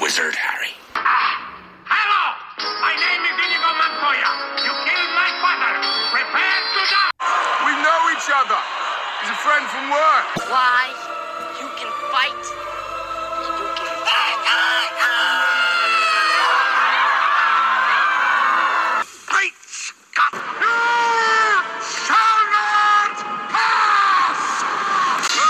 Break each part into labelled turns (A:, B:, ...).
A: wizard, Harry.
B: Hello! My name is Inigo Montoya. You killed my father. Prepare to die!
C: We know each other. He's a friend from work.
D: Why? You can fight. You can
B: Great Scott! You shall not pass!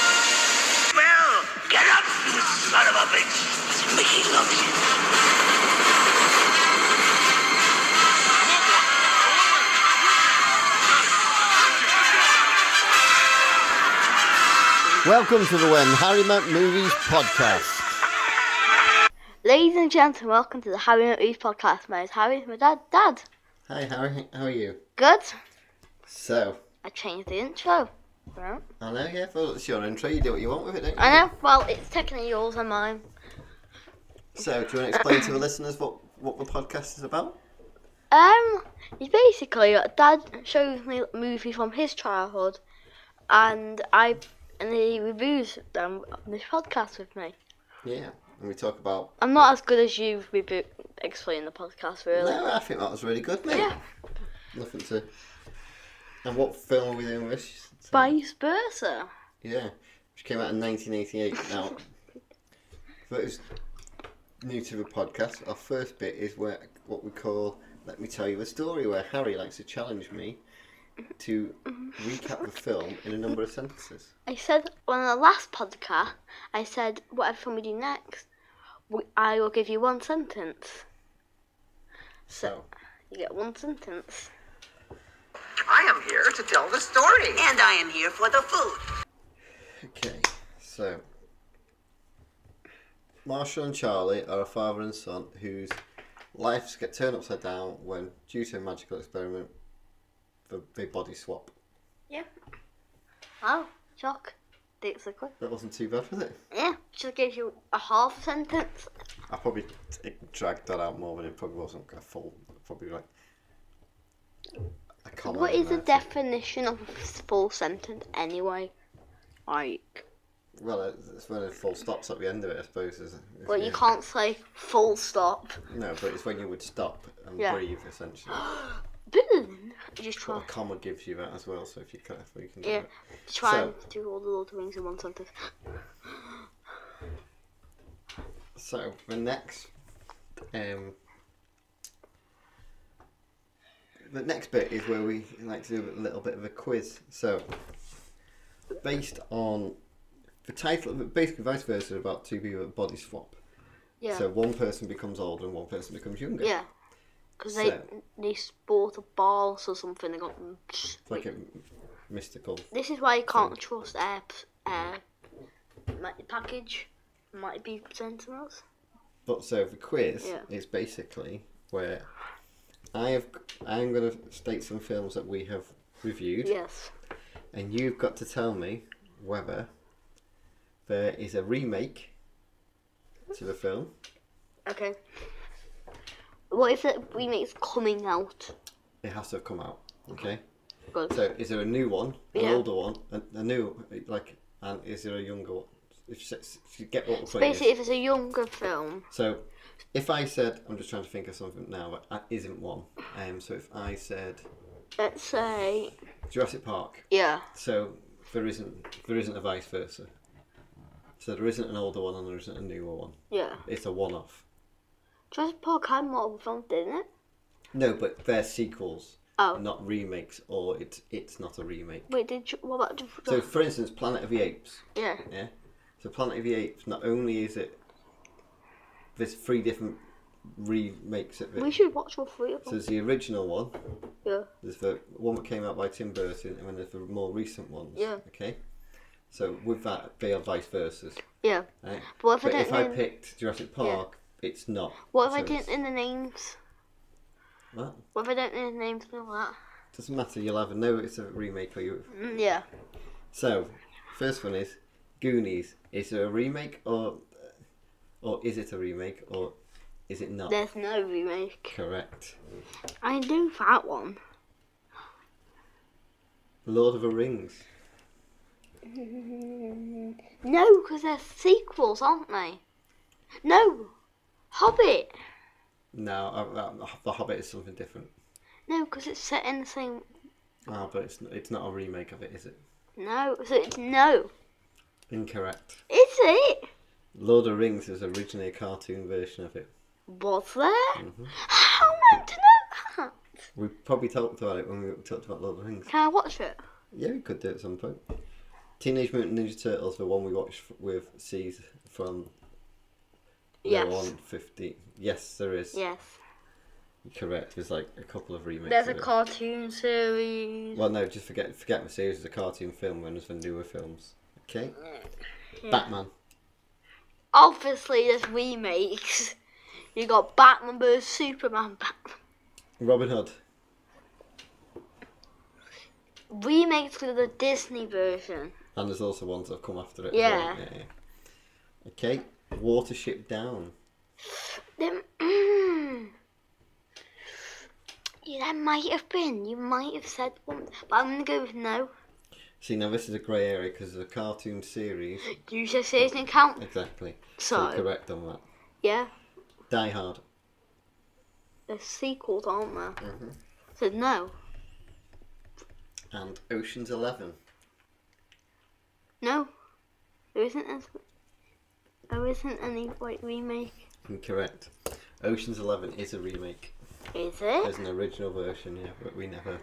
B: Well, get up, you son of a bitch! Mickey loves you.
E: Welcome to the When Harry Met Movies podcast.
F: Ladies and gentlemen, welcome to the Harry and Eve podcast. My name is Harry, my dad, Dad.
E: Hi Harry, how are you?
F: Good.
E: So,
F: I changed the intro. Right.
E: I know, yeah, well, it's your intro, you do what you want with it, don't you?
F: I know. Well, it's technically yours and mine.
E: So, do you want to explain to the listeners what, what the podcast is about?
F: Um, it's basically Dad shows me a movie from his childhood, and I and he reviews them on this podcast with me.
E: Yeah. And we talk about.
F: I'm not as good as you rebo- explaining the podcast, really.
E: No, I think that was really good, mate.
F: Yeah.
E: Nothing to. And what film are we doing this?
F: Vice versa.
E: Yeah, which came out in 1988. Now, for those new to the podcast, our first bit is where what we call "Let Me Tell You a Story," where Harry likes to challenge me to recap the film in a number of sentences.
F: I said on the last podcast, I said whatever film we do next, we, I will give you one sentence.
E: So,
F: You get one sentence.
G: I am here to tell the story. And I am here for the food.
E: okay, so Marshall and Charlie are a father and son whose lives get turned upside down when, due to a magical experiment, the, they body swap.
F: Yeah. Oh, shock. It's a quick.
E: That wasn't too bad, was it?
F: Yeah, just gives you a half sentence.
E: I probably t- dragged that out more than it probably wasn't a full. Probably like a comment.
F: what
E: in
F: is the
E: there.
F: definition of a full sentence anyway? Like,
E: Well, it's- it's when a full stops at the end of it, I suppose. Is, is
F: well, you
E: the-
F: can't say full stop.
E: No, but it's when you would stop and
F: Yeah.
E: breathe essentially.
F: Boom! Just
E: But
F: try.
E: a comma gives you that as well. So if you can, if you can do
F: Yeah,
E: it.
F: try
E: So-
F: and do all the Lord of the Rings in one sentence.
E: So the next, um, the next bit is where we like to do a little bit of a quiz. So, based on the title, basically vice versa, about two people that body swap.
F: Yeah.
E: So one person becomes older and one person becomes younger.
F: Yeah. Because they,
E: So-
F: they sport a balls or something. They got.
E: It's like a mystical.
F: This is why you
E: Hmm.
F: can't trust air, p- air might package. Might be sentinels.
E: But so the quiz
F: Yeah.
E: is basically where I have I'm going to state some films that we have reviewed,
F: Yes.
E: and you've got to tell me whether there is a remake to the film.
F: Okay. What if the remake's coming out?
E: It has to have come out. Okay.
F: Good.
E: So is there a new one, an
F: Yeah.
E: older one, a, a new like, and is there a younger one? If you, if you get what the point is.
F: Basically, if it's a younger film,
E: So, if I said, I'm just trying to think of something now that isn't one. Um, so if I said
F: let's say.
E: Jurassic Park,
F: Yeah.
E: so there isn't there isn't a vice versa. So there isn't an older one and there isn't a newer one.
F: Yeah.
E: It's a one-off.
F: Jurassic Park had more of a film, didn't it?
E: No, but they're sequels,
F: Oh.
E: not remakes, or it's it's not a remake.
F: Wait, did you, what about Jurassic
E: So, for instance, Planet of the Apes.
F: Yeah.
E: Yeah. So Planet of the Apes. Not only is it there's three different remakes of
F: We
E: it.
F: should watch all three of
E: So
F: them.
E: there's the original one,
F: yeah.
E: There's the one that came out by Tim Burton, and then there's the more recent ones.
F: Yeah.
E: Okay. So with that, they are vice versa.
F: Yeah.
E: Right?
F: But if I
E: but
F: don't
E: if I
F: know-
E: picked Jurassic Park, it's not.
F: What if I
E: So
F: didn't
E: it's-
F: in the names?
E: Well,
F: What if I don't know the names and all that?
E: doesn't matter. You'll either know it's a remake or you.
F: Mm, yeah.
E: So, first one is Goonies. Is it a remake or, or is it a remake or is it not?
F: There's no remake.
E: Correct.
F: I knew that one.
E: Lord of the Rings.
F: No, because they're sequels, aren't they? No, Hobbit.
E: No, uh, uh, The Hobbit is something different.
F: No, because it's set in the same.
E: Ah, but it's it's not a remake of it, is it?
F: No, so it's no.
E: Incorrect.
F: Is it?
E: Lord of the Rings is originally a cartoon version of it.
F: Was there? How am I to know that?
E: We probably talked about it when we talked about Lord of the Rings.
F: Can I watch it?
E: Yeah, we could do it at some point. Teenage Mutant Ninja Turtles, the one we watched f- with C's from
F: Yes.
E: one fifty. Yes, there is.
F: Yes.
E: Correct. There's like a couple of remakes.
F: There's a
E: of it.
F: cartoon series.
E: Well, no, just forget forget the series as a cartoon film when there's the newer films. Okay.
F: Hmm.
E: Batman.
F: Obviously, there's remakes. You got Batman vs Superman. Batman.
E: Robin Hood.
F: Remakes with the Disney version.
E: And there's also ones that have come after it. as
F: Yeah.
E: well. yeah, yeah. Okay. Watership Down.
F: Them. yeah, that might have been. You might have said one, but I'm gonna go with no.
E: See, now this is a grey area because it's a cartoon series.
F: You said series didn't count.
E: Exactly.
F: So,
E: You're correct on that.
F: yeah,
E: Die Hard.
F: there's sequels, aren't there? Said no.
E: And Ocean's Eleven.
F: No, there isn't. As, there isn't any like remake,
E: Incorrect. Ocean's Eleven is a remake.
F: is it?
E: There's an original version, yeah, but we never.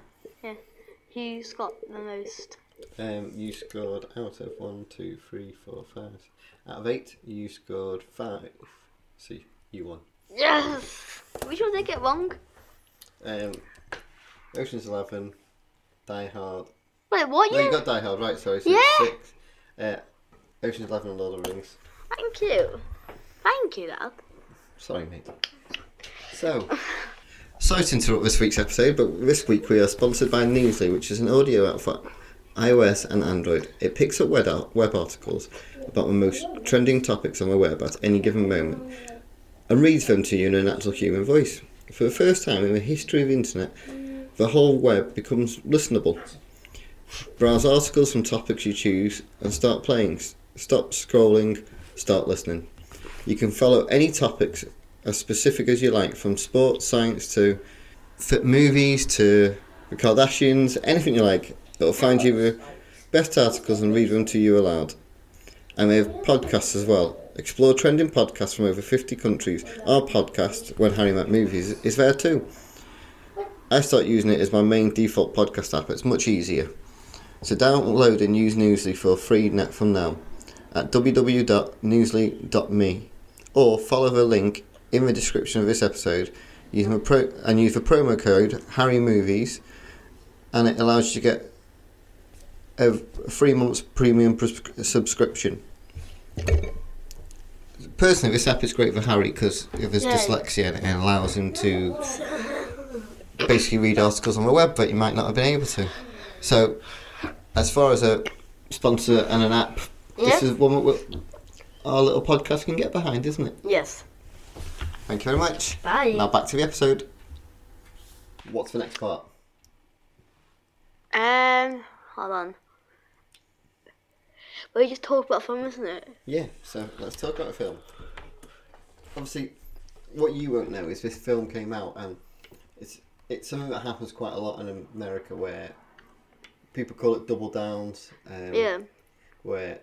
F: Who's got the most?
E: Um, you scored out of one, two, three, four, five. Out of eight, you scored five. See, you won.
F: Yes. Which one did I get wrong?
E: Um, Ocean's Eleven, Die Hard.
F: Wait, what?
E: No,
F: You?
E: you got Die Hard right. Sorry, so
F: Yeah.
E: it's six. Uh, Ocean's Eleven and Lord of the Rings.
F: Thank you. Thank you, Dad.
E: Sorry, mate. So, sorry to interrupt this week's episode, but this week we are sponsored by Newsly, which is an audio app for iOS and Android. It picks up web, art- web articles about the most trending topics on the web at any given moment and reads them to you in a natural human voice. For the first time in the history of the internet, the whole web becomes listenable. Browse articles from topics you choose and start playing. S- Stop scrolling, start listening. You can follow any topics as specific as you like, from sports, science to fit movies to the Kardashians, anything you like. It'll find you the best articles and read them to you aloud. And they have podcasts as well. Explore trending podcasts from over 50 countries. Our podcast, When Harry Met Movies, is there too. I start using it as my main default podcast app. It's much easier. So download and use Newsly for free net from now at www.newsly.me or follow the link in the description of this episode using a pro- and use the promo code Harry Movies, and it allows you to get a three months premium pres- subscription. Personally, this app is great for Harry because if there's
F: Yeah.
E: dyslexia, it allows him to basically read articles on the web that you might not have been able to. So, as far as a sponsor and an app, this
F: Yeah.
E: is one that we- our little podcast can get behind, isn't it?
F: Yes.
E: Thank you very much.
F: Bye.
E: Now back to the episode. What's the next part?
F: Um, hold on. We just talked about film, isn't it?
E: Yeah, so let's talk about the film. Obviously, what you won't know is this film came out, and it's it's something that happens quite a lot in America where people call it double downs. Um,
F: Yeah.
E: Where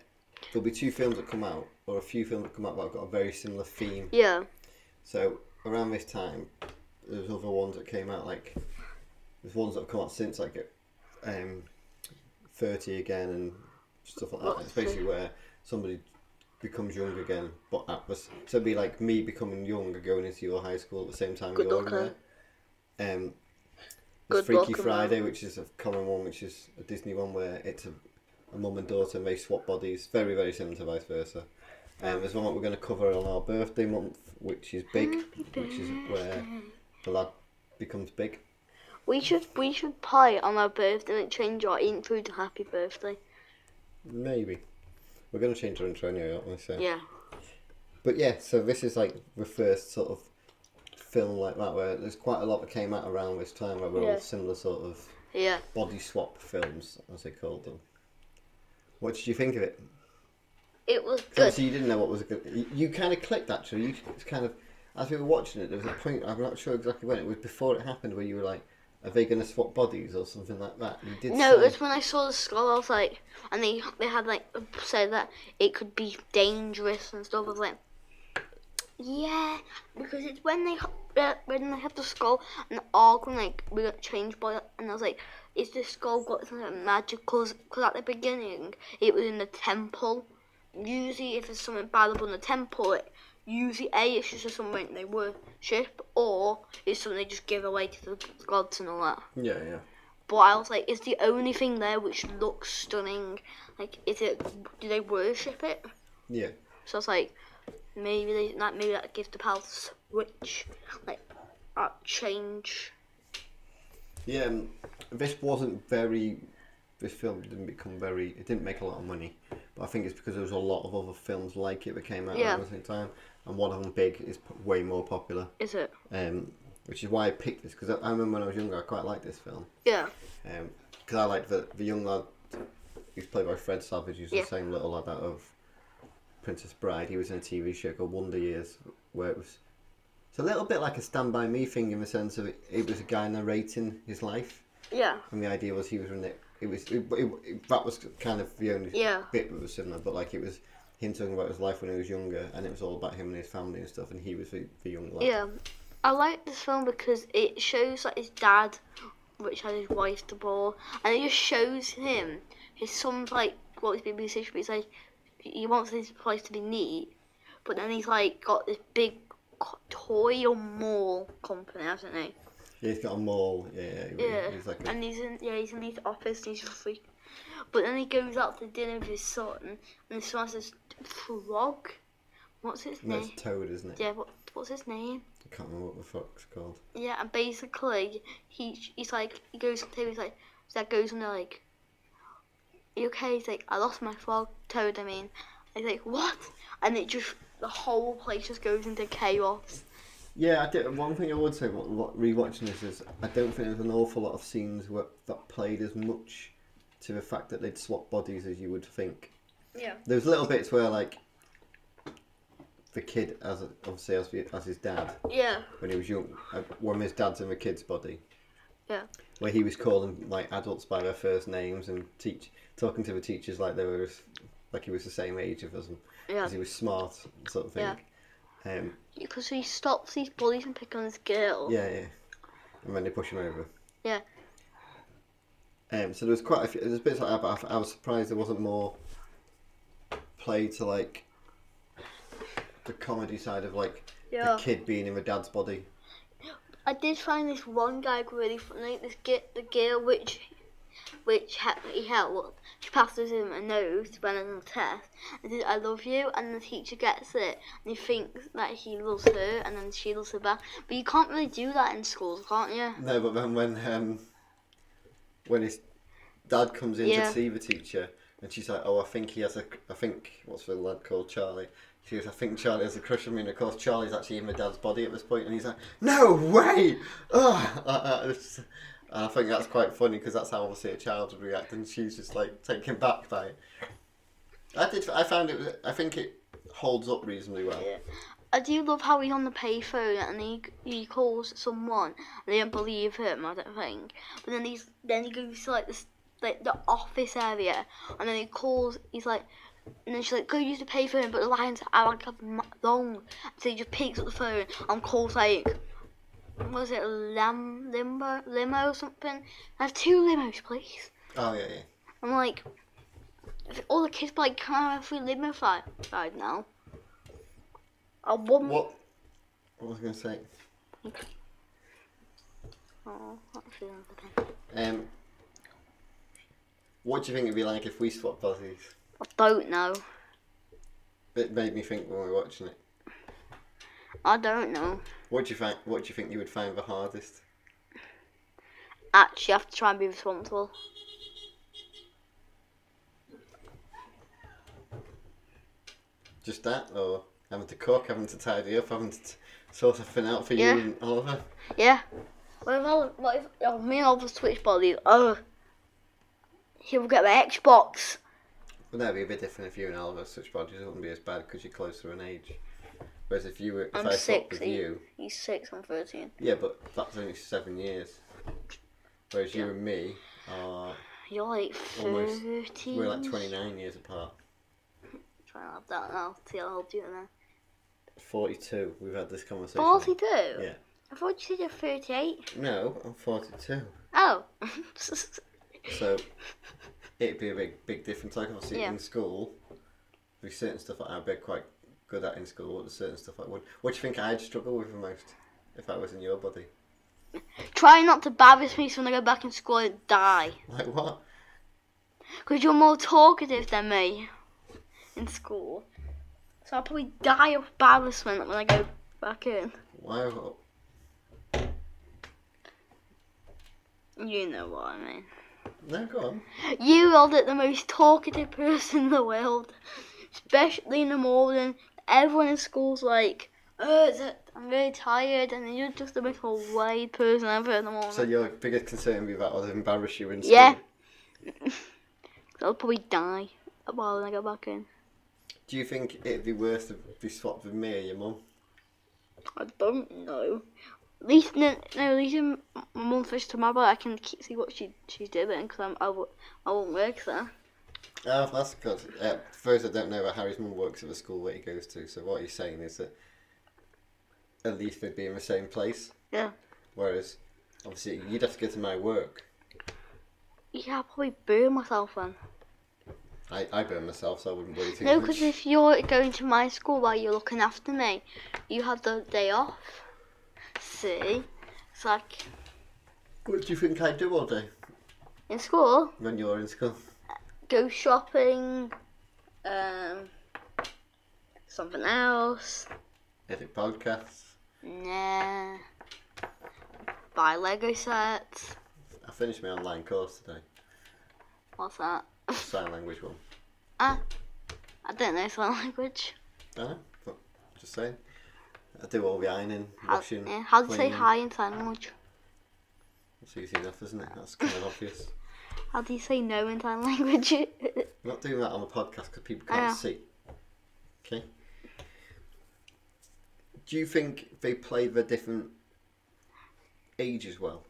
E: there'll be two films that come out, or a few films that come out that have got a very similar theme.
F: Yeah.
E: So around this time, there's other ones that came out like there's ones that have come out since like um, thirty again and stuff like that. It's basically where somebody becomes young again, but at the, s- so it'd be like me becoming younger going into your high school at the same time
F: Good
E: you're in
F: luck,
E: there. Um,
F: Good
E: there's Freaky
F: luck, man.
E: Friday, which is a common one, which is a Disney one where it's a, a mum and daughter and they swap bodies. Very very similar to vice versa. Um, there's one that we're going to cover on our birthday month, which is big, which is where the lad becomes big.
F: We should we should play on our birthday and change our intro to Happy Birthday.
E: Maybe. We're going to change our intro anyway, aren't we? So.
F: Yeah.
E: But yeah, so this is like the first sort of film like that where there's quite a lot that came out around this time where we're
F: Yeah.
E: all similar sort of
F: Yeah.
E: body swap films, as they called them. What did you think of it?
F: It was
E: So
F: good.
E: obviously you didn't know what was good. You, you kind of clicked actually. You it's kind of as we were watching it, there was a point. I'm not sure exactly when it was before it happened, where you were like, "Are they going to swap bodies or something like that?" You did.
F: No, it
E: say-
F: was when I saw the skull. I was like, and they they had like said that it could be dangerous and stuff. I was like, yeah, because it's when they uh, when they had the skull and the orc and like we got changed by it, and I was like, is this skull got something magical? Because at the beginning it was in the temple. Usually, if there's something bad up on the temple, it, usually a it's just something they worship, or it's something they just give away to the gods and all that.
E: Yeah, yeah.
F: But I was like, is the only thing there which looks stunning? Like, is it? Do they worship it?
E: Yeah.
F: So I was like, maybe they that maybe that gives the palace switch, like, a change.
E: Yeah, um, this wasn't very. This film didn't become very. It didn't make a lot of money, but I think it's because there was a lot of other films like it that came out
F: Yeah.
E: at the same time, and one of them big is p- way more popular,
F: Is it?
E: um, which is why I picked this because I, I remember when I was younger I quite liked this film
F: Yeah.
E: because I liked the the young lad who's played by Fred Savage, who's
F: Yeah.
E: the same little lad out of Princess Bride. He was in a TV show called Wonder Years, where it was it's a little bit like a Stand By Me thing in the sense of it, it was a guy narrating his life.
F: Yeah.
E: And the idea was he was in it. It was it, it, it- that was kind of the only
F: Yeah.
E: bit that was similar, but like it was him talking about his life when he was younger, and it was all about him and his family and stuff, and he was the, the young lad.
F: Yeah. I like this film because it shows like his dad, which had his wife to ball, and it just shows him his son's like what he's been musician, but he's like he wants his place to be neat, but then he's like got this big co- toy or mall company, hasn't he?
E: Yeah, he's got a mall. Yeah, he-
F: Yeah.
E: he's like a-
F: and he's in yeah he's in his office and he's just freak. But then he goes out to dinner with his son, and his son says frog. What's his
E: no,
F: name?
E: it's Toad, isn't it?
F: Yeah, what, what's his name?
E: I can't remember what the fuck's called.
F: Yeah, and basically he he's like he goes to he's like that goes and they're like, you okay? He's like, I lost my frog toad. I mean, he's like, what? And it just the whole place just goes into chaos.
E: Yeah, I did, one thing I would say about wa- rewatching this is I don't think there's an awful lot of scenes where, that played as much to the fact that they'd swap bodies as you would think.
F: Yeah.
E: There's little bits where like the kid, as obviously as, the- as his dad
F: Yeah,
E: when he was young, uh, when his dad's in the kid's body,
F: yeah,
E: where he was calling like adults by their first names and teach talking to the teachers like they were like he was the same age of us,
F: Yeah.
E: because he was smart sort of thing.
F: Yeah.
E: Um,
F: because he stops these bullies from picking on this girl.
E: yeah, yeah, and then they push him over.
F: yeah.
E: Um, so there was quite a few. There's bits like that, but I, I was surprised there wasn't more play to like the comedy side of like
F: Yeah.
E: the kid being in the dad's body.
F: I did find this one gag really funny. This get the girl which which ha- he helped, she passes him a note when on a test and says, "I love you," and the teacher gets it and he thinks that he loves her, and then she loves her back. But you can't really do that in schools, can't you?
E: No, but then when um, when his dad comes in
F: Yeah.
E: to see the teacher, and she's like, "Oh, I think he has a, I think what's the lad called Charlie." She goes, I think Charlie has a crush on me, and of course Charlie's actually in my dad's body at this point, and he's like, "No way!" Ugh. Uh, uh, it's- and I think that's quite funny because that's how obviously a child would react, and she's just like taken back by it. I did. I found it. was- I think it holds up reasonably well.
F: I do love how he's on the payphone and he he calls someone and they don't believe him. I don't think. But then he's then he goes to like this like the office area and then he calls. He's like. And then she's like, go use the payphone, but the lines are like m- long. So he just picks up the phone and calls like, was it lam limo limo or something? I have two limos, please.
E: Oh yeah, yeah.
F: I'm like, if all the kids be like, can I have a free limo fi- ride now? I want
E: What? What was I going to say?
F: Oh, that's another thing.
E: Um, what do you think it'd be like if we swapped bodies?
F: I don't know.
E: It made me think when we were watching it.
F: I don't know.
E: What do you find? What do you think you would find the hardest?
F: Actually, I have to try and be responsible.
E: Just that, or having to cook, having to tidy up, having to t- sort everything out for you
F: Yeah.
E: and Oliver?
F: Yeah. What if, I, what if oh, me and Oliver switch bodies? Oh, he'll get my Xbox.
E: But that'd be a bit different if you and Oliver switched bodies. It wouldn't be as bad because you're closer in age. Whereas if you were, if
F: I'm
E: I swapped
F: six.
E: with
F: he-
E: you,
F: He's six. I'm thirteen.
E: yeah, but that's only seven years. Whereas you
F: Yeah.
E: and me are
F: You're like
E: Almost.
F: thirteen.
E: we're like 29 years apart.
F: Trying to have that now. See how old you are now.
E: 42. We've had this conversation.
F: Forty-two.
E: Yeah.
F: I thought you said you're thirty-eight.
E: No, I'm 42.
F: Oh.
E: So it'd be a big, big difference. Like obviously
F: Yeah.
E: in school, there's certain stuff that I'd be quite good at in school, but there's certain stuff I would. What do you think I'd struggle with the most if I was in your body?
F: Try not to embarrass me so when I go back in school and die.
E: Like what?
F: Because you're more talkative than me in school. So I'll probably die of embarrassment when I go back in.
E: Why?
F: You know what I mean.
E: No, go on.
F: You are the the most talkative person in the world, especially in the morning. Everyone in school's like, oh, it's a- I'm really tired, and then you're just the most wide person ever in the morning.
E: So your biggest concern would be that I'll embarrass you in school.
F: Yeah. I'll probably die while I go back in.
E: Do you think it'd be worse to be swapped with me or your mum?
F: I don't know. At least, no, no at least in my mum's fish tomorrow, but I can keep, see what she she's doing because I'm I, w- I won't work there.
E: Oh, that's good. Uh, first, I don't know about Harry's mum works at the school that he goes to. So what he's saying is that at least they'd be in the same place.
F: Yeah,
E: Whereas, obviously, you'd have to go to my work.
F: yeah, I'll probably burn myself then.
E: I, I burn myself, so I wouldn't worry too
F: No,
E: much.
F: because if you're going to my school while you're looking after me, you have the day off. See, it's like
E: What do you think I do all day
F: in school,
E: when you're in school?
F: go shopping, um, something else.
E: Edit podcasts.
F: Nah, buy Lego sets.
E: I finished my online course today,
F: What's that?
E: sign language one.
F: Ah, I don't know sign language.
E: Uh, but just saying, I do all the ironing,
F: How,
E: washing.
F: yeah, how to say
E: cleaning.
F: hi in sign language?
E: It's easy enough, isn't it? That's kind of obvious.
F: How do you say no in sign language?
E: I'm not doing that on the podcast because people
F: I
E: can't
F: know.
E: see. Okay. Do you think they play the different ages well?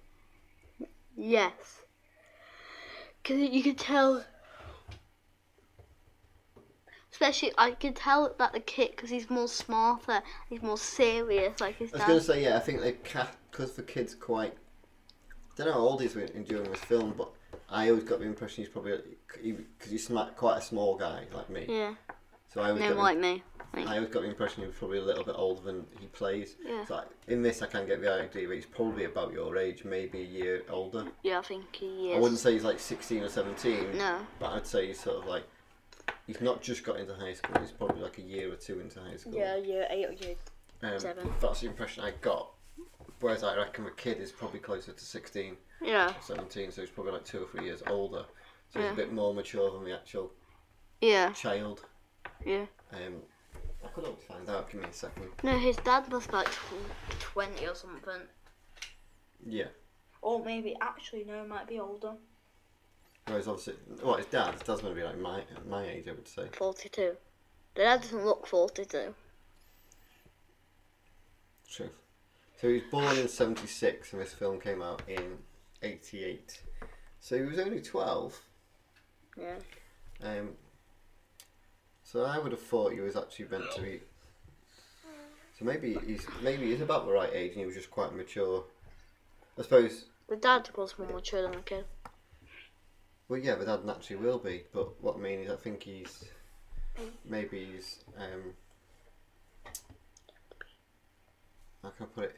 F: yes. Because you could tell. Especially, I could tell that the kid, because he's more smarter, he's more serious, like his
E: I was going
F: dad.
E: to say, yeah, I think they cast because the kid's quite. I don't know how old he's in during this film, but I always got the impression he's probably because he's sma- quite a small guy like me.
F: Yeah,
E: So I always
F: Mm. no,
E: got the-
F: like me. Like,
E: I always got the impression he was probably a little bit older than he plays.
F: Yeah.
E: So I- in this, I can get the idea that he's probably about your age, maybe a year older.
F: yeah, I think he
E: I wouldn't
F: is.
E: say he's like sixteen or seventeen.
F: No.
E: But I'd say he's sort of like he's not just got into high school. He's probably like a year or two into high school.
F: Yeah, yeah, eight or you.
E: Um,
F: Seven.
E: That's the impression I got. Whereas I reckon the kid is probably closer to 16,
F: Yeah,
E: 17, so he's probably like two or three years older. So he's
F: Yeah.
E: a bit more mature than the actual
F: yeah,
E: child.
F: yeah.
E: Um, I could always find out. Give me a second.
F: No, his dad was like tw- 20 or something.
E: Yeah.
F: Or maybe, actually, no, might be older.
E: Whereas obviously, well, his dad, his dad's going to be like my my age, I would say.
F: 42. The dad doesn't look 42.
E: True. So he was born in 76 and this film came out in 88. So he was only 12.
F: Yeah.
E: Um, so I would have thought he was actually meant to be. So maybe he's maybe he's about the right age, and he was just quite mature. I suppose.
F: The dad was more mature than the kid.
E: Well, yeah, but dad naturally will be. But what I mean is, I think he's maybe he's. Um, how can I put it?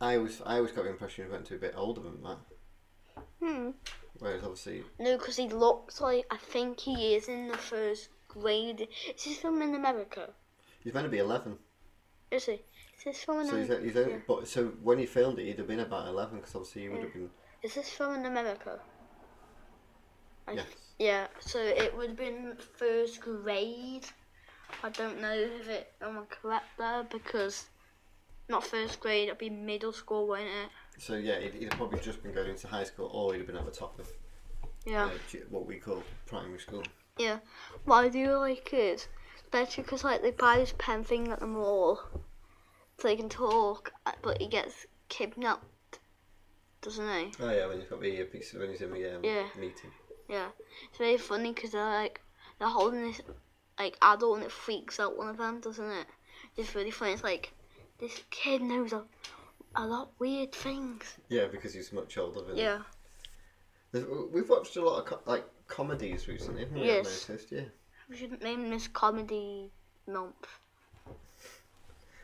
E: I always I always got the impression he was meant to be a bit older than that.
F: Hmm.
E: Whereas obviously,
F: No, because he looks like, I think he is in the first grade. Is this film in America?
E: he's meant to be eleven.
F: Is he? Is this film in
E: So he's,
F: America?
E: he's only, but so when he filmed it, he'd have been about eleven because obviously he would have been
F: Is this film in America? I
E: yes.
F: Yeah, so it would have been first grade. I don't know if it am I correct there because not first grade, it'd be middle school, won't it?
E: So yeah, he'd, he'd probably just been going into high school, or he'd have been at the top of
F: Yeah.
E: uh, ju- what we call primary school.
F: Yeah. What I do like is, especially because like they buy this pen thing at the mall, so they can talk, uh, but he gets kidnapped, doesn't he?
E: Oh yeah, when he's got the earpiece when he's in the um,
F: Yeah.
E: meeting.
F: Yeah. It's very funny because they're like they're holding this like adult and it freaks out one of them, doesn't it? It's really funny. It's like this kid knows a, a lot weird things.
E: Yeah, because he's much older than.
F: Yeah.
E: There's- We've watched a lot of co- like comedies recently, haven't we? I've
F: Yes.
E: noticed, yeah.
F: We shouldn't name this comedy month.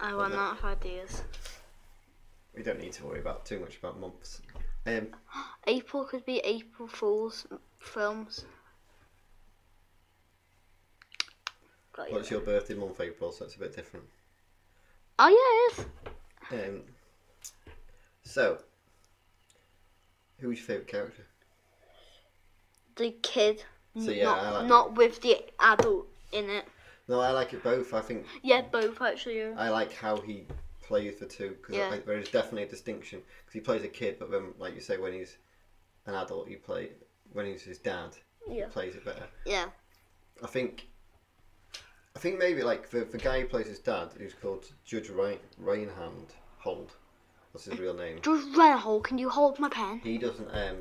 F: I
E: Well,
F: run
E: no.
F: out of ideas.
E: We don't need to worry about too much about months. Um,
F: April could be April Fool's m- films. Got you.
E: what's your birthday month, April? So it's a bit different.
F: Oh yeah, it is.
E: Um, so, who's your favourite character?
F: The kid, n-
E: So, yeah,
F: not,
E: I like
F: not with the adult in it.
E: No, I like it both. I think
F: Yeah, both actually. yeah.
E: I like how he plays the two because
F: Yeah.
E: there is definitely a distinction because he plays a kid, but then, like you say, when he's an adult, he play when he's his dad,
F: Yeah.
E: he plays it better.
F: Yeah.
E: I think. I think maybe like the, the guy who plays his dad, who's called Judge Rain, Rainhand Hold, what's his real name?
F: George Renhall, can you hold my pen?
E: He doesn't. Um,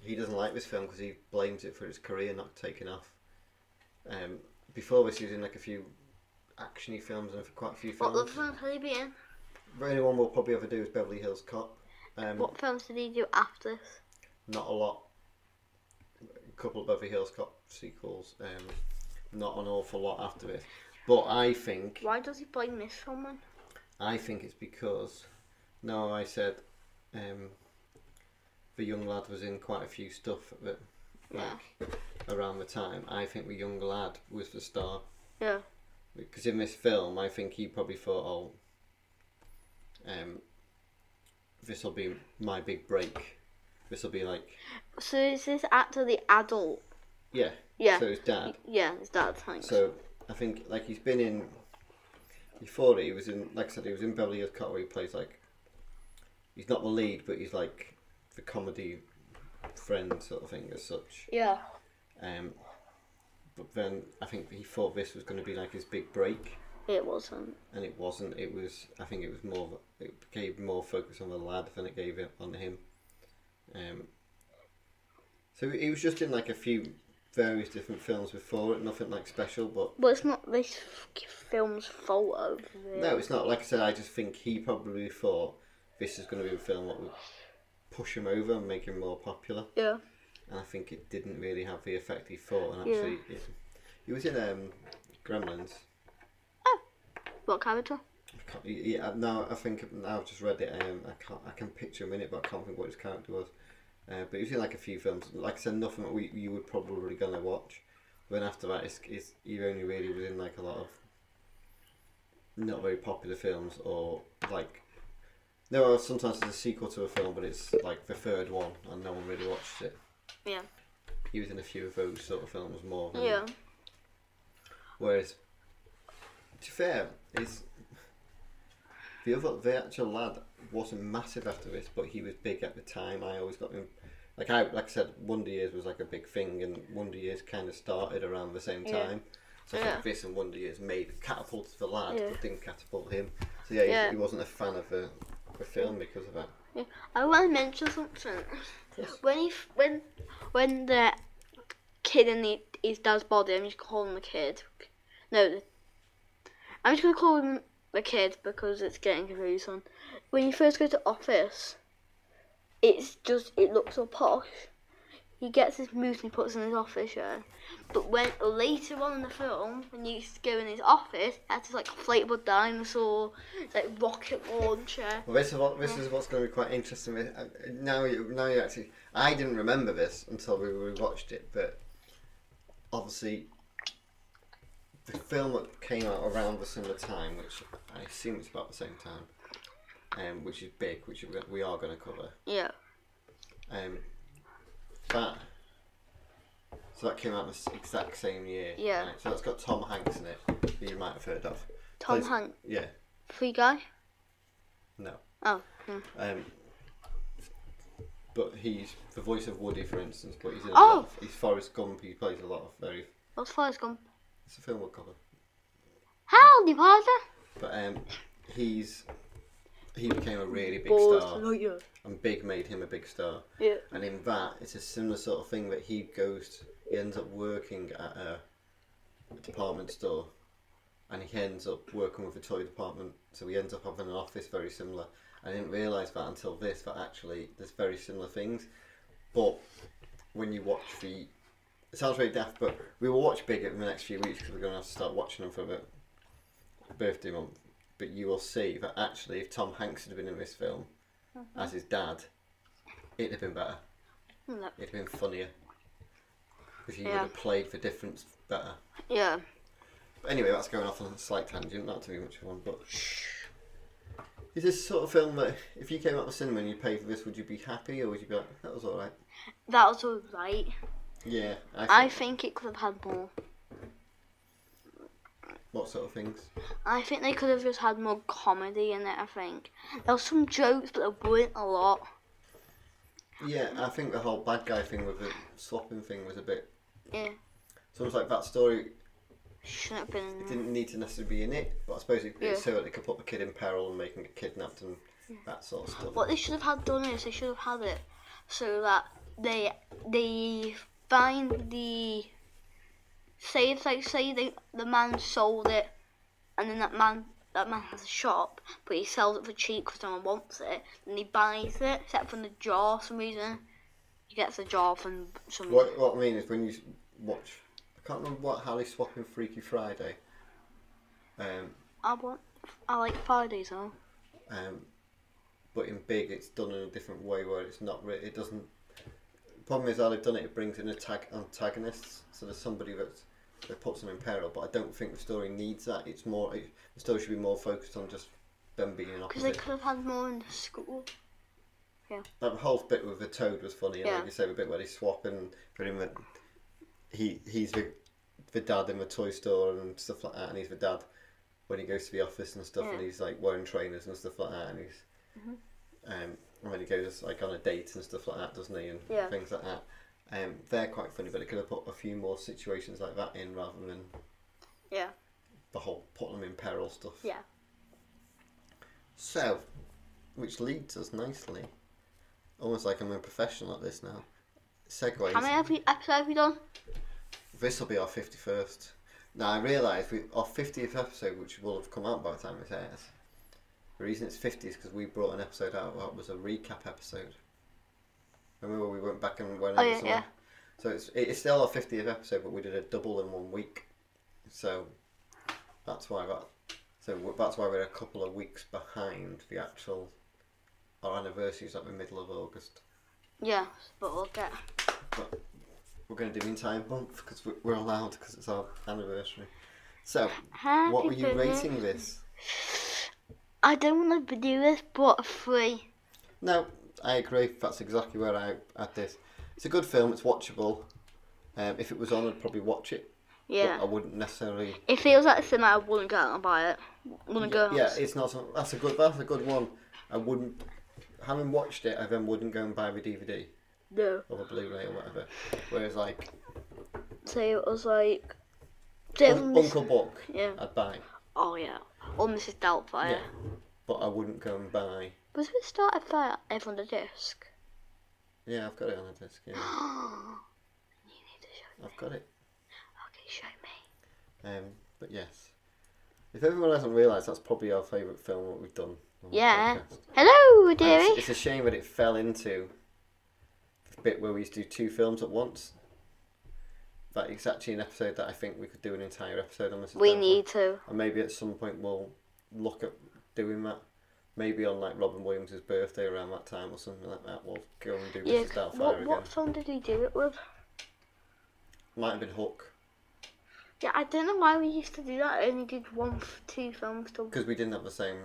E: he doesn't like this film because he blames it for his career not taking off. Um, before this, he was in like a few actiony films and quite a few
F: What
E: films.
F: other films did he be in?
E: The only one we'll probably ever do is Beverly Hills Cop. Um,
F: What films did he do after this?
E: Not a lot. A couple of Beverly Hills Cop sequels. Um, not an awful lot after this. But I think
F: Why does he blame this someone?
E: I think it's because no, I said um, the young lad was in quite a few stuff that like around the time. I think the young lad was the star
F: Yeah.
E: because in this film, I think he probably thought, "Oh, um, this will be my big break. This will be like,
F: So is this actor the adult?
E: yeah,
F: Yeah.
E: So his dad.
F: Yeah, his dad, thanks.
E: So I think like he's been in before that he was in like I said he was in Beverly Hills Cop where he plays like he's not the lead but he's like the comedy friend sort of thing as such.
F: yeah.
E: Um, but then I think he thought this was going to be like his big break
F: It wasn't.
E: and it wasn't. It was I think it was more of- it gave more focus on the lad than it gave it on him. Um, so he was just in like a few various different films before it, nothing like special, but
F: Well, it's not this f- film's fault over there.
E: No, it's not. Like I said, I just think he probably thought this is going to be a film that would push him over and make him more popular.
F: Yeah.
E: And I think it didn't really have the effect he thought. And actually, it, he was in um, Gremlins.
F: What character?
E: I can't, he- he- uh, now I think now I've just read it. Um, I can't. I can picture him in it, but I can't think what his character was. Uh, but he was in like a few films. Like I said, nothing that we, you would probably gonna watch. But then after that, it's, it's he only really was in like a lot of not very popular films or like. No, sometimes it's a sequel to a film, but it's like the third one, and no one really watched it.
F: Yeah.
E: He was in a few of those sort of films more. Than,
F: Yeah.
E: Whereas, to be fair, is the other the actual lad wasn't massive after this, but he was big at the time. I always got him. Like I like I said, Wonder Years was like a big thing, and Wonder Years kind of started around the same
F: Yeah.
E: time. So I
F: Yeah.
E: think this and Wonder Years made catapulted the lad,
F: Yeah.
E: but didn't catapult him. So yeah, he,
F: Yeah.
E: he wasn't a fan of the, the film because of that.
F: Yeah. I want to mention something. When he, f- when, when the kid in the, his dad's body, I'm just calling him the kid. No, the, I'm just gonna call him the kid because it's getting confusing. When you first go to office, it's just it looks so posh. He gets his moose and he puts it in his office, yeah. But when later on in the film, when you go in his office, that's his like inflatable dinosaur, like rocket launcher.
E: Well, this is what this is what's going to be quite interesting. with- uh, Now you now you actually, I didn't remember this until we rewatched it, but obviously the film that came out around the similar time, which I assume it's about the same time, um, which is big, which we- we are going to cover.
F: Yeah.
E: Um, that so that came out the s- exact same year.
F: Yeah.
E: right? So that's got Tom Hanks in it, who you might have heard of.
F: Tom
E: Plays-
F: Hanks,
E: Yeah.
F: free guy.
E: No.
F: Oh, hmm.
E: Um, but he's the voice of Woody, for instance. But he's in a
F: Oh.
E: lot of, he's Forrest Gump. He plays a lot of very
F: What's Forrest Gump?
E: It's a film we'll cover.
F: Howdy, Potter.
E: But um, he's he became a really big star,
A: Balls. yeah.
E: and Big made him a big star.
A: Yeah.
E: And in that, it's a similar sort of thing that he goes, he ends up working at a, a department store, and he ends up working with a toy department. So he ends up having an office very similar. I didn't realise that until this, that actually there's very similar things. But when you watch the, it sounds very daft, but we will watch Big in the next few weeks because we're going to have to start watching them for a bit. Birthday month, but you will see that actually, if Tom Hanks had been in this film as his dad, it'd have been better.
F: No.
E: It'd have been funnier. If you would
F: Yeah.
E: have played the difference better.
F: Yeah.
E: But anyway, that's going off on a slight tangent, not to be much of one, but. Is this sort of film that if you came out of the cinema and you paid for this, would you be happy or would you be like, that was alright?
F: That was alright.
E: Yeah, I
F: I
E: think.
F: think it could have had more.
E: What sort of things?
F: I think they could have just had more comedy in it, I think. There was some jokes, but there weren't a lot.
E: Yeah, I think the whole bad guy thing with the swapping thing was a bit.
F: Yeah.
E: So it's like that story
F: Shouldn't have been in
E: It
F: there.
E: didn't need to necessarily be in it, but I suppose it,
F: Yeah.
E: it's so that they could put the kid in peril and make him get kidnapped and that sort of stuff.
F: What they should have had done is they should have had it so that they they find the say it's like say the the man sold it and then that man that man has a shop but he sells it for cheap because no one wants it and he buys it except from the jar for some reason he gets the jar from some
E: What, what I mean is when you s- watch, I can't remember what Harry swapping Freaky Friday. Um,
F: I want I like Fridays though
E: um, but in big, it's done in a different way where it's not. Re- it doesn't. Problem is, how they've done it, it brings in attack antagonists. So there's somebody that's, that puts them in peril. But I don't think the story needs that. It's more. It, the story should be more focused on just them being an
F: because
E: opposite.
F: they could have had more in the school
E: That whole bit with the toad was funny. and
F: Yeah.
E: Like you say, the bit where they swap and put him at, he he's the, the dad in the toy store and stuff like that, and he's the dad when he goes to the office and stuff, and
F: Yeah. Mm-hmm.
E: he's like wearing trainers and stuff like that, and he's um and when he goes like on a date and stuff like that, doesn't he, and
F: Yeah.
E: things like that. Um, they're quite funny, but it could have put a few more situations like that in rather than
F: yeah
E: the whole put them in peril stuff.
F: yeah
E: So, which leads us nicely, almost like I'm a professional at this now. Segues.
F: how many have we, episodes have we done
E: This will be our 51st. Now, I realise we our 50th episode, which will have come out by the time it airs, the reason it's 50 is because we brought an episode out that was a recap episode. Remember, we went back and went
F: Oh,
E: over
F: yeah,
E: some-
F: yeah.
E: So it's, it's still our 50th episode, but we did a double in one week. So that's why that. So w- that's why we're a couple of weeks behind the actual. Our anniversary's at the middle of August.
F: yeah but we'll get
E: But we're going to do in time month because we're allowed because it's our anniversary. So,
F: Happy
E: what were you
F: birthday.
E: rating this?
F: I don't want to do this, but a three.
E: No, I agree. That's exactly where I at this. It's a good film. It's watchable. Um, if it was on, I'd probably watch it. but uh,
F: Yeah.
E: I wouldn't necessarily.
F: It feels like a cinema. I wouldn't go out and buy it. Wouldn't go. out.
E: Yeah, it's not. some- That's a good. That's a good one. I wouldn't. Having watched it, I then wouldn't go and buy the DVD
F: No.
E: or the Blu-ray or whatever. Whereas, like
F: So it was like.
E: Un- Uncle Buck,
F: Yeah.
E: I'd buy.
F: Oh yeah. Or Mrs. Doubtfire.
E: Yeah. But I wouldn't go and buy.
F: Was it started by Ever on the disc?
E: Yeah, I've got it on a disc. Yeah.
F: You need to show.
E: I've got it.
F: Okay, show me.
E: Um, but yes, if everyone hasn't realised, that's probably our favourite film that we've done. on the
F: Yeah.
E: podcast.
F: Hello,
E: And
F: dearie.
E: It's, it's a shame that it fell into the bit where we used to do two films at once. But it's actually an episode that I think we could do an entire episode on this.
F: we need to.
E: and maybe at some point we'll look at doing that. Maybe on like Robin Williams' birthday around that time or something like that, we'll go and do
F: Yeah.
E: Mrs. Doubtfire
F: What
E: again.
F: what film did we do it with?
E: Might have been Hook
F: Yeah, I don't know why we used to do that. I only did one, f- two films. To...
E: because we didn't have the same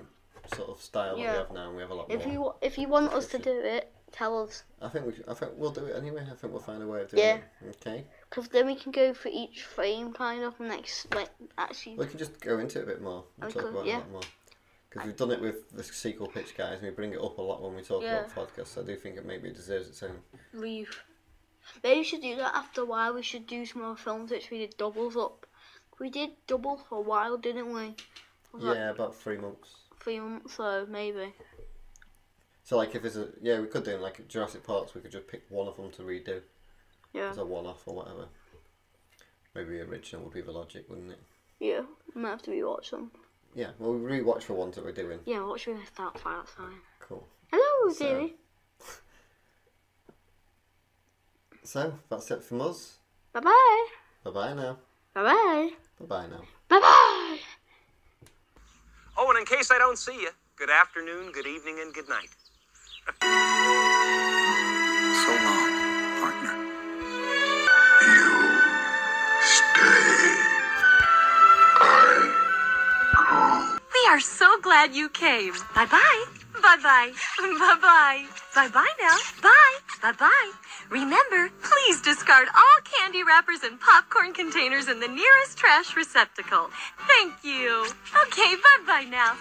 E: sort of style
F: Yeah.
E: that we have now. and We have a lot
F: If
E: more.
F: you wa- if you want us to do it, tell us.
E: I think we should, I think we'll do it anyway. I think we'll find a way of doing
F: Yeah.
E: it. Okay.
F: Because then we can go for each frame, kind of, and like, s- like actually.
E: We can just go into it a bit more and
F: We
E: talk
F: could,
E: about it
F: yeah.
E: a lot more. Because we've done it with the sequel pitch guys, and we bring it up a lot when we talk
F: Yeah.
E: about the podcast. So I do think it maybe deserves its own.
F: leave. Maybe we should do that after a while. We should do some more films which we did doubles up. We did double for a while, didn't we? Was that
E: Yeah, about three months.
F: three months, so maybe.
E: So like if there's a yeah, we could do 'em, like Jurassic Parks. We could just pick one of them to redo
F: Yeah.
E: as a one-off or whatever. Maybe original would be the logic, wouldn't it?
F: Yeah. We might have to rewatch them.
E: Yeah. Well, we rewatch the ones that we're doing.
F: Yeah, what should we start for? That's fine.
E: Cool.
F: Hello,
E: So-
F: dearie.
E: So that's it from us.
F: Bye bye.
E: Bye bye now.
F: Bye bye.
E: Bye bye now.
F: Bye bye.
A: Oh, and in case I don't see you, good afternoon, good evening, and good night.
C: So long, partner.
B: You stay. I
H: We are so glad you came. Bye bye. Bye bye. Bye bye. Bye bye now. Bye. Bye bye. Remember, please discard all candy wrappers and popcorn containers in the nearest trash receptacle. Thank you. Okay, bye bye now.